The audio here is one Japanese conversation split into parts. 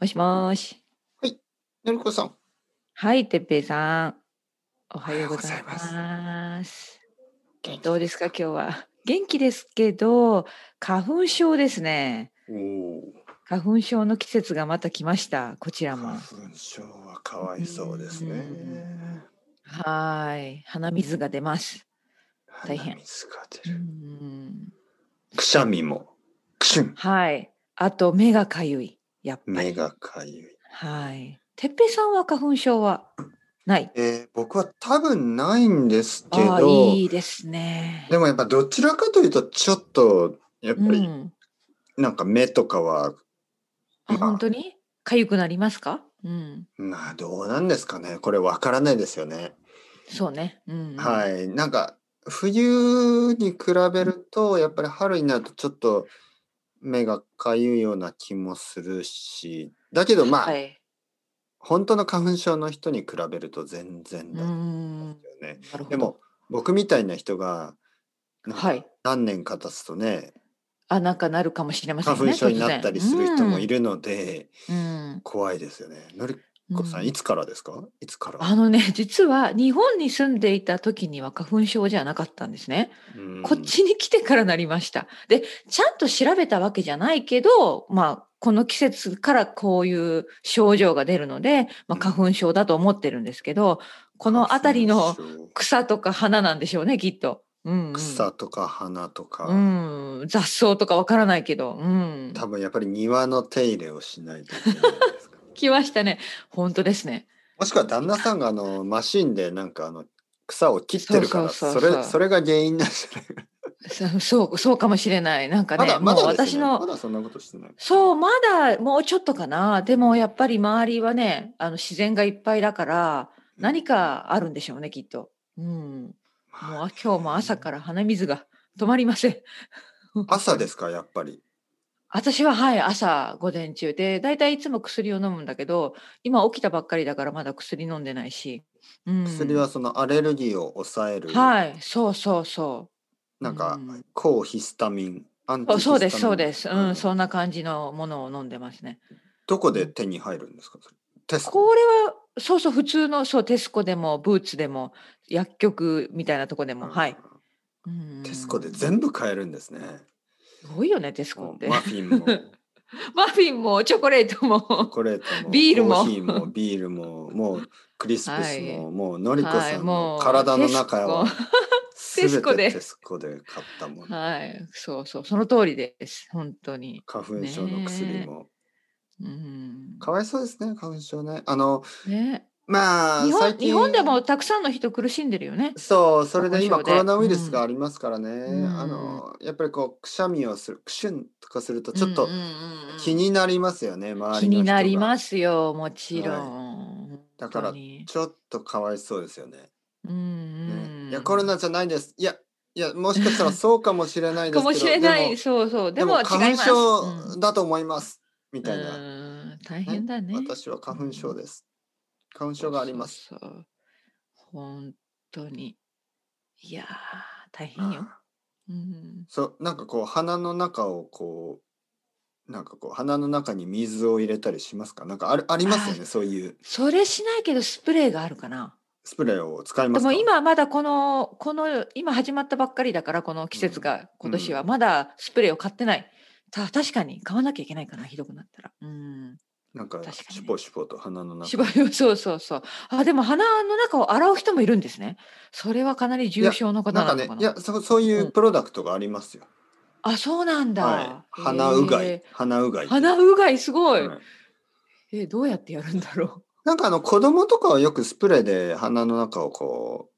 もしもーし。のりこさん、はい、てっぺいさん。おはようございおはます。元気どうですか、今日は。元気ですけど、花粉症ですね。おお、花粉症の季節がまた来ました。こちらも花。粉症はかわいそうですね。はーい、鼻水が出ます。大変鼻水がう出る。んくしゃみも、くしゅん、はい、あと目がかゆい。やっぱ目り。がかゆい。はい。てっぺいさんは花粉症は。ない。えー僕は多分ないんですけああ、ど、いいですね。でもやっぱどちらかというと、ちょっと、やっぱうりん。なんか目とかは、あ、まあ本当に痒くなりますかうん。まあどうなんですかね。これわからないですよね。そうね。うん、い。はい。なんか、冬に比べると、やっぱり春になるとちょっと目がかゆいような気もするし、だけどまあ、はい。本当の花粉症の人に比べると全然うだーよん。なね。るほど。でも、僕みたいな人がなんかはい。何年か経つとね、あ、なんかなるかもしれません花ね。粉症になったりする人もいるので、突然。怖いですよね。のりうん。こさん、うんいつからですかいつからあのね、実は日本に住んでいた時には花粉症じゃなかったんですね。うんこっちに来てからなりました。で、ちゃんと調べたわけじゃないけど、まあ、この季節からこういう症状が出るので、まあ、花粉症だと思ってるんですけど、この辺りの花粉症草とか花なんでしょうね、きっと。うん、うん。草とか花とか、うん、雑草とかわからないけど、うん、多分やっぱり庭の手入れをしないといけないんじゃないで すか来ましたね。本当ですね。もしくは旦那さんがあのマシンでなんかあの草を切ってるからそうそそうそうそうれそれが原因なんじゃないそそう、そうかもしれない。なんかまね、だまもうだです私ね、まの、だそんなことしてない。そう、まだもうちょっとかな。でもやっぱり周りはね、あの自然がいっぱいだから、何かあるんでしょうね、きっと。うん。まあもうあ今日も朝から鼻水が止まりません。朝ですかやっぱり。私ははい朝午前中でだいたいいつも薬を飲むんだけど今起きたばっかりだからまだ薬飲んでないし、うん、薬はそのアレルギーを抑える、はいそうそうそうなんかうん抗ヒスタミン、アンそチうヒスタミンそうですそうです、うあん、のそんな感じのものを飲んでますね。どこで手に入るんですかそれテスこコ。れはそうそう普通のそうテスコでもブーツでも薬局みたいなとこでも、はい。うんテスコで全部買えるんですね。すごいよねテスコもっうて。マフィンも マフィンもチョコレートチョも。コレートもビールもコーヒ ーもビールももうクリスプスも、はもうのりこはさいんのもう体の中はテすスべコてでテスコで買ったもの。はいそうそうその通りです本当に。花粉症の薬も、うんかわいそうですね花粉症ね。あのね、まあ日本最近日本でもたくさんの人苦しんでるよね。そう、それ花粉で今症コでロナウイルうんスがありますからね、うんあのやっぱりこうくしゃみをするくしゅんとかするとちょっとうんうんうんうん気になりますよね、周気りにの人がなりますよもちろん。だから本当にちょっとかわいそうですよねうんねうんいやコロナじゃないですいやいやもしかしたらそうかもしれないですけかどもしれなでいもそうそうででもも違い花粉ます。症だと思います、みたいな、うん大変だね。私は花粉症です花粉症がありますそうそう本当にいやー大変よ。うんそうなんかこう鼻の中をこうなんかこう鼻の中に水を入れたりしますかなんかあるありますよねそういうそれしないけどスプレーがあるかな。スプレーを使いでますかも今まだこのこの今始まったばっかりだからこの季節が今年はまだスプレーを買ってない。た確かに買わなきゃいけないかなひどくなったら。うん。なん確かかにねシュポシュポと鼻の中芝居を そうそうそう。あでも鼻の中を洗う人もいるんですね。それはかなり重症の方なんなかのかねな。いやそそういううんプロダクトがありますよ、あそうなんだ。はい鼻うがいえ鼻うがいー鼻うがいすごい。はいえーどう やってやるんだろなんかあの子供とかはよくスプレーで鼻の中をこう。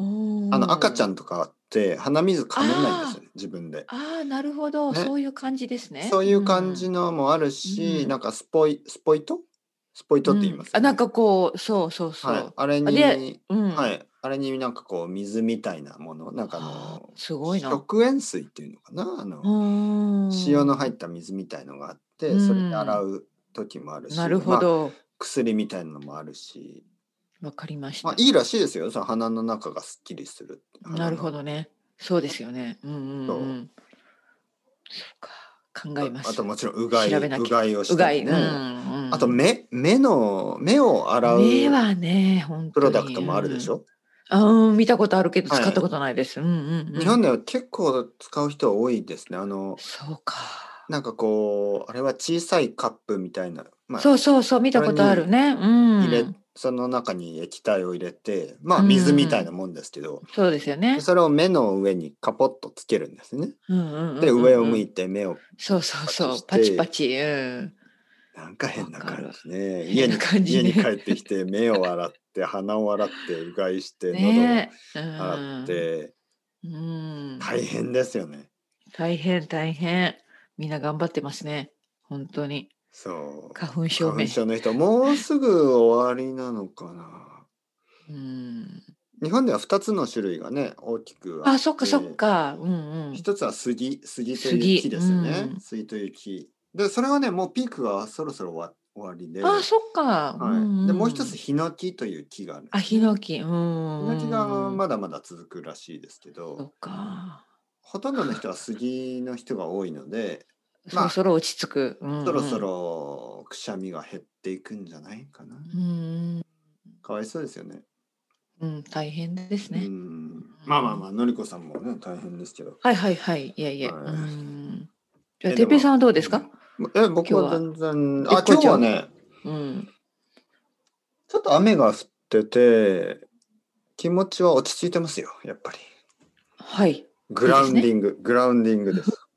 うあの赤ちゃん。んとかって鼻水かめないんですよね自分でああなるほど、ねそういう感じですね。そういう感じののもあるし、うんなんかスポイスポイトスポイトって言いますよね、あなんかこうそうそうそう。はい、あれあにで、うん。はい、あれになんかこう水みたいなもの、なんかああのーすごいな。食塩水っていうのかな、あの、塩塩の入った水みたいのがあって、うんそれで洗う時もあるし、なるほまあど。薬みたいなのもあるし、わかりました。まあいいらしいですよ。その鼻の中がすっきりする。なるほどね。そうですよね。うんうん、うん。そうか。考えます。あともちろんうがい、調べなきゃうがいをして、ね。うがい、うんうん、あと目、目の、目を洗う目はね、本当にプロダクトもあるでしょ、あうん、見たことあるけどはい使ったことないです。うんうん、うん。日本では結構使う人は多いですね。あの、そうか、なんかこう、あれは小さいカップみたいな。まあ、そうそうそう、見たことあるね。うん。入れ、その中に液体を入れて、まあ水みたいなもんですけど、そうですよねで。それを目の上にカポッとつけるんですね。うんうんうん、で、上を向いて。いて目を、そうそうそう、パパチしチてパチ。うん。なんか変な感じね。る家変にな感じ家ねに帰ってきて、目を洗って、鼻を洗って、うがいして、ねえ。喉を洗うっん。て、うん。大変ですよね。大変大変。みんな頑張ってますね。本当に。そう。花粉症花め粉。症の人、もうすぐ終わりなのかな。うん。日本では2つの種類がね、大きくってあ、そっかそっ。か。うんうん。一つは杉、杉という杉木ですよねう。ん杉という木。で、それはね、もうピークがそろそろ終わ終わりで。あ、そっか。はい、でもう一つんん。ヒノキという木があるんですね、あ、ヒノキ。うん。ヒノキがまだまだ続くらしいですけそどっか。ほとんどの人は杉の人が多いので、そまあろそろ落ち着く。うんうんそろそ。ろくしゃみが減っていくんじゃないかなうん。かわいそうですよねうん、大変ですうね。んまあまあまあのりこさんもね大変ですけどはいはいはい。いやいや。はいうん。じゃあ、えてっぺいさんはどうですか。え僕は今全然はあ今日はねうん。ちょっと雨が降ってて気持ちは落ち着いてますよやっぱりはい。グラウンディング、グラウンディングです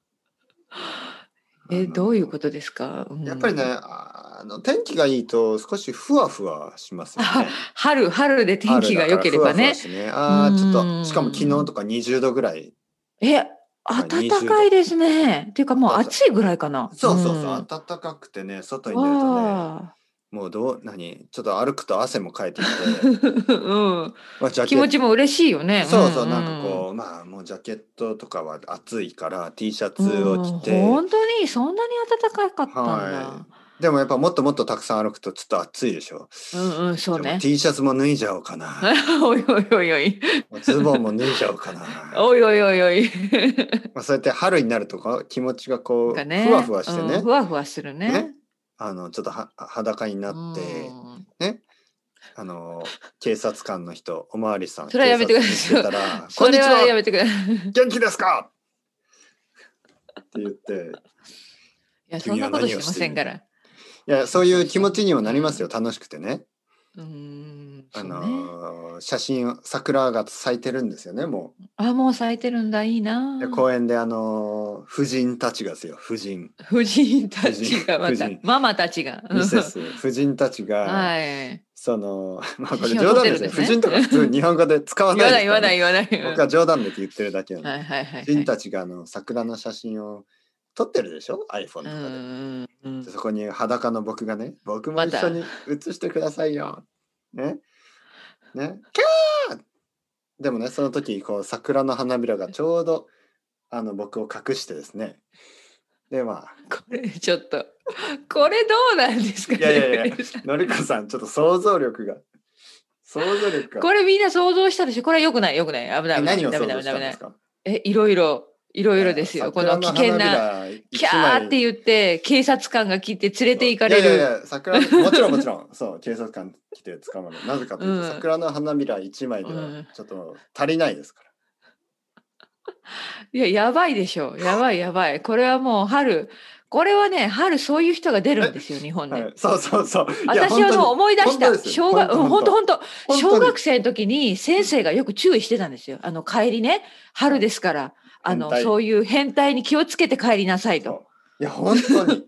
え、うんどういうことですか。うんやっぱりね、。ああの天気がいいと少しふわふわしますよね。春、春で天気が良ければね。春だからふわふわしてねああ、ちょっうと、んしかも昨日とか20度ぐらい。え、あ暖かいですね。っていうか、もうそうそう暑いぐらいかな。そうそうそう、ん。暖かくてね、外に出るとね、わあ。もうどう、何、ちょっと歩くと汗もかいてきて、うん。まあ、ジ ャ気ケッ持ト。ちも嬉しいよね。そうそう、なんかこう、まあ、もうジャケットとかは暑いから、T シャツを着てうん。本当にそんなに暖かかったんだ。はでもやっぱもっともっとたくさん歩くとちょっと暑いでしょ。うんうんそうでもね。 T シャツも脱いじゃおう かな。おいおいおいおいズボンも脱いじゃおうかな。おいおいおいおい。まあ、そうやって春になるとか気持ちがなこう、んかねふわふわしてね、うんふわふわするね。ねあのちょっとは裸になって、うんあの警察官の人おまわりさんそれはやめてください警察に行ってたらそれはこんにちやめてください。い元気ですかって言ってやそん君はなこと何してをましてせんから。いやそういう気持ちにもなりますよ楽しくてねうん。あそうねの写真を桜が咲いてるんですよねもあもう咲いてるんだいいなう。で公園であの婦人たちがですよ婦人夫人たちがま夫た人ママたちが。ミ セス婦人たちうんがはい。その まあこれ写真を冗撮っ談てでるんですよすね婦人とか普 通日本語で使わ言ないわですない言わないい言わない。僕は冗談で言ってるだけなんではすいはいはい。婦人たちがあの桜の写真を撮ってるでしょ iPhone とうかで、んうんうんでそこに裸の僕がね僕もま一た緒に写してくださいよ、ねねキャーでもねその時こう桜の花びらがちょうどあの僕を隠してですねでまあこれちょっとこれどうなんですかいやいやいやレベルさんのりこさんちょっと想像力が想像力がこれみんな想像したでしょこれは良くない良くない危ないえ危ない何をダ想メダメ像しダたメダんでメすかえいろいろいろいろですよこの危険なキャーってう言って警察官が来て連れて行かれいやいやるいや桜もちろんもちろんそう警察官来て捕まるなぜかというと、うん桜の花びら一枚でうはんちょっと足りないですから、いややばいでしょやばいやばいこれはもう春これはね春そういう人が出るんですよ日本で、はい、そうそうそういや私はもう本思い出し本た当です小学うん本本当当本当当に小本学生の時に先生がよく注意してたんですよ。あの帰りね、春ですから、あ変の態そういう変態に気をつけて帰りなさい当にと。いや本当に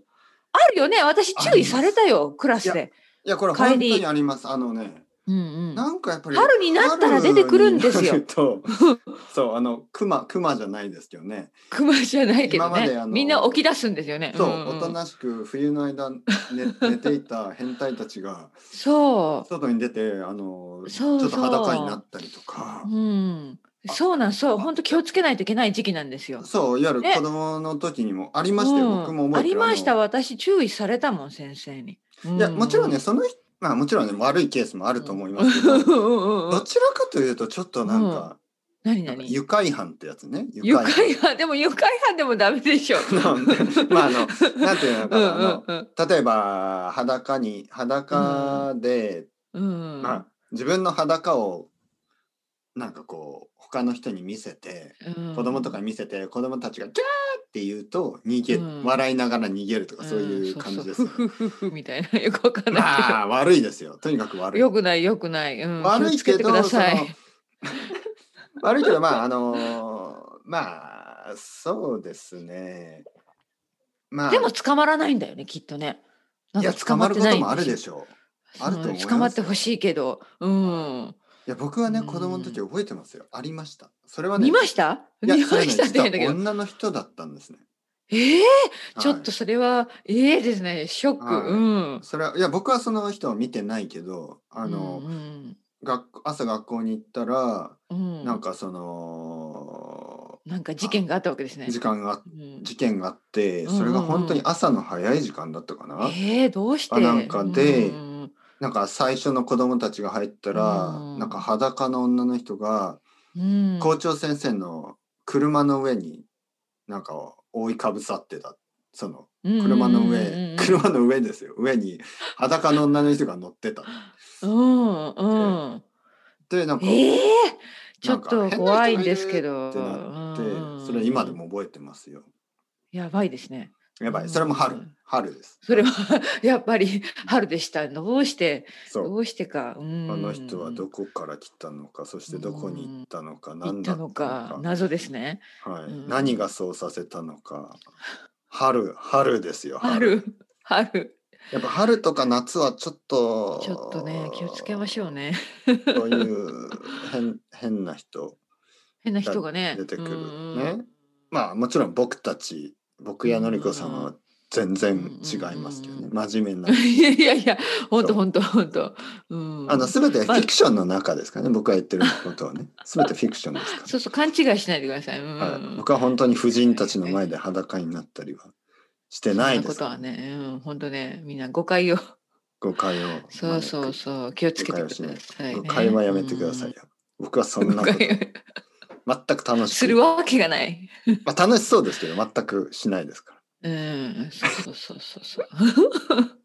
あるよね、私注意されたよ、クラスで。いやこれ帰本当りにありますあのねうんうん。なんかやっぱり春になったら出てくるんですよ春になると そうあの熊熊じゃないですけどね熊じゃないけど今までねあの、みんな起き出すんですよね。そう、んんおとなしく冬の間寝 寝ていた変態たちがそ外に出てあのう。そうちそょう。っと裸になったりとかう、ん。そうなん、そう、本当気をつけないといけない時期なんですよ。そういわゆるね子供の時にもありましたうよ、ん僕も覚あえてりるました、あの私注意されたもん、先生に。いやもちろんねねその人まあもちろんね悪いケースもあると思いますけど、うんうんうんうんどちらかというとちょっとなんか、何なんか何愉快犯ってやつね。愉快犯でも愉快犯でもダメでしょ。なんでまああのなんていうのかなあ うんうんの例えば裸に裸で、うん。うんまあ、自分の裸をなんかこう他の人に見せてうん子供とかに見せて子供たちが「キャー!」って言うと逃げ、うん笑いながら逃げるとかそういう感じですよんね、そうそうふふふふみたいなよくわかんないけど。まあ悪いですよとにかく悪い。よくないよくない。うん、悪気をいつけけてどくださそのい。悪いけどまああのまあそうですねまあでも捕まらないんだよねきっとね。なんいやか捕捕ままっるてこないとんもあるでょ。しょう。あると思ういますんよ捕まってほしいけど。うん。いや僕はね子供の時覚えてますよ。ありました。それはね見ましたいや見まそれねしたって言実はうんだけど。女の人だったんですね。ええはいちょっとそれは、ええですね。ショック。はいうん。それはいや僕はその人は見てないけどあの、うん学校朝学校に行ったら、うんうんなんかそのなんか事件があったわけですね。時間がうん事件があってうんうんうんそれが本当に朝の早い時間だったかな。ええどうしてあなんかでうんうんうんなんか最初の子供たちが入ったら、うんなんか裸の女の人がうん、校長先生の車の上になんか覆いかぶさってたその車の上、うんうんうん車の上ですよ上に裸の女の人が乗ってたうんうんでなんか、ええちょなんっかと怖いんですけど。ってなってうんそれは今でも覚えてますよやばいですね。やばいそれも春、うん春ですそれは やっぱり春でした。どうしてそどううしてか。ああの人はどここから来たのかそしてどこに行ったのか、行何っただったののかか謎ですね。はいうん何がそうさせたのか春春ですよ春春やっぱ春とか夏はちょっとちょっとね気をつけましょうね。そういう変変な人変な人がね出てくるうんねまあもちろん僕たち僕やのりこさんは全然違いますけどうんねうん真面目うんないやいやいや本そ当う本当本当。 うん。あの全てフィクションの中ですからね僕が言ってることはね全てフィクションですかそうそう勘違いしないでください。うんら、はい、僕は本当に婦人たちの前で裸になったりはしてないそんでなこすとからはね、うん、本当ね、みんな誤解を。誤解をそうそうそう、気をつけてください、ね。会話やめてくださいよ。僕はそうん。んな誤こと解を全く楽しくするわけがない。まあ楽しそうですけど全くしないですかうん、そうそうそうそう。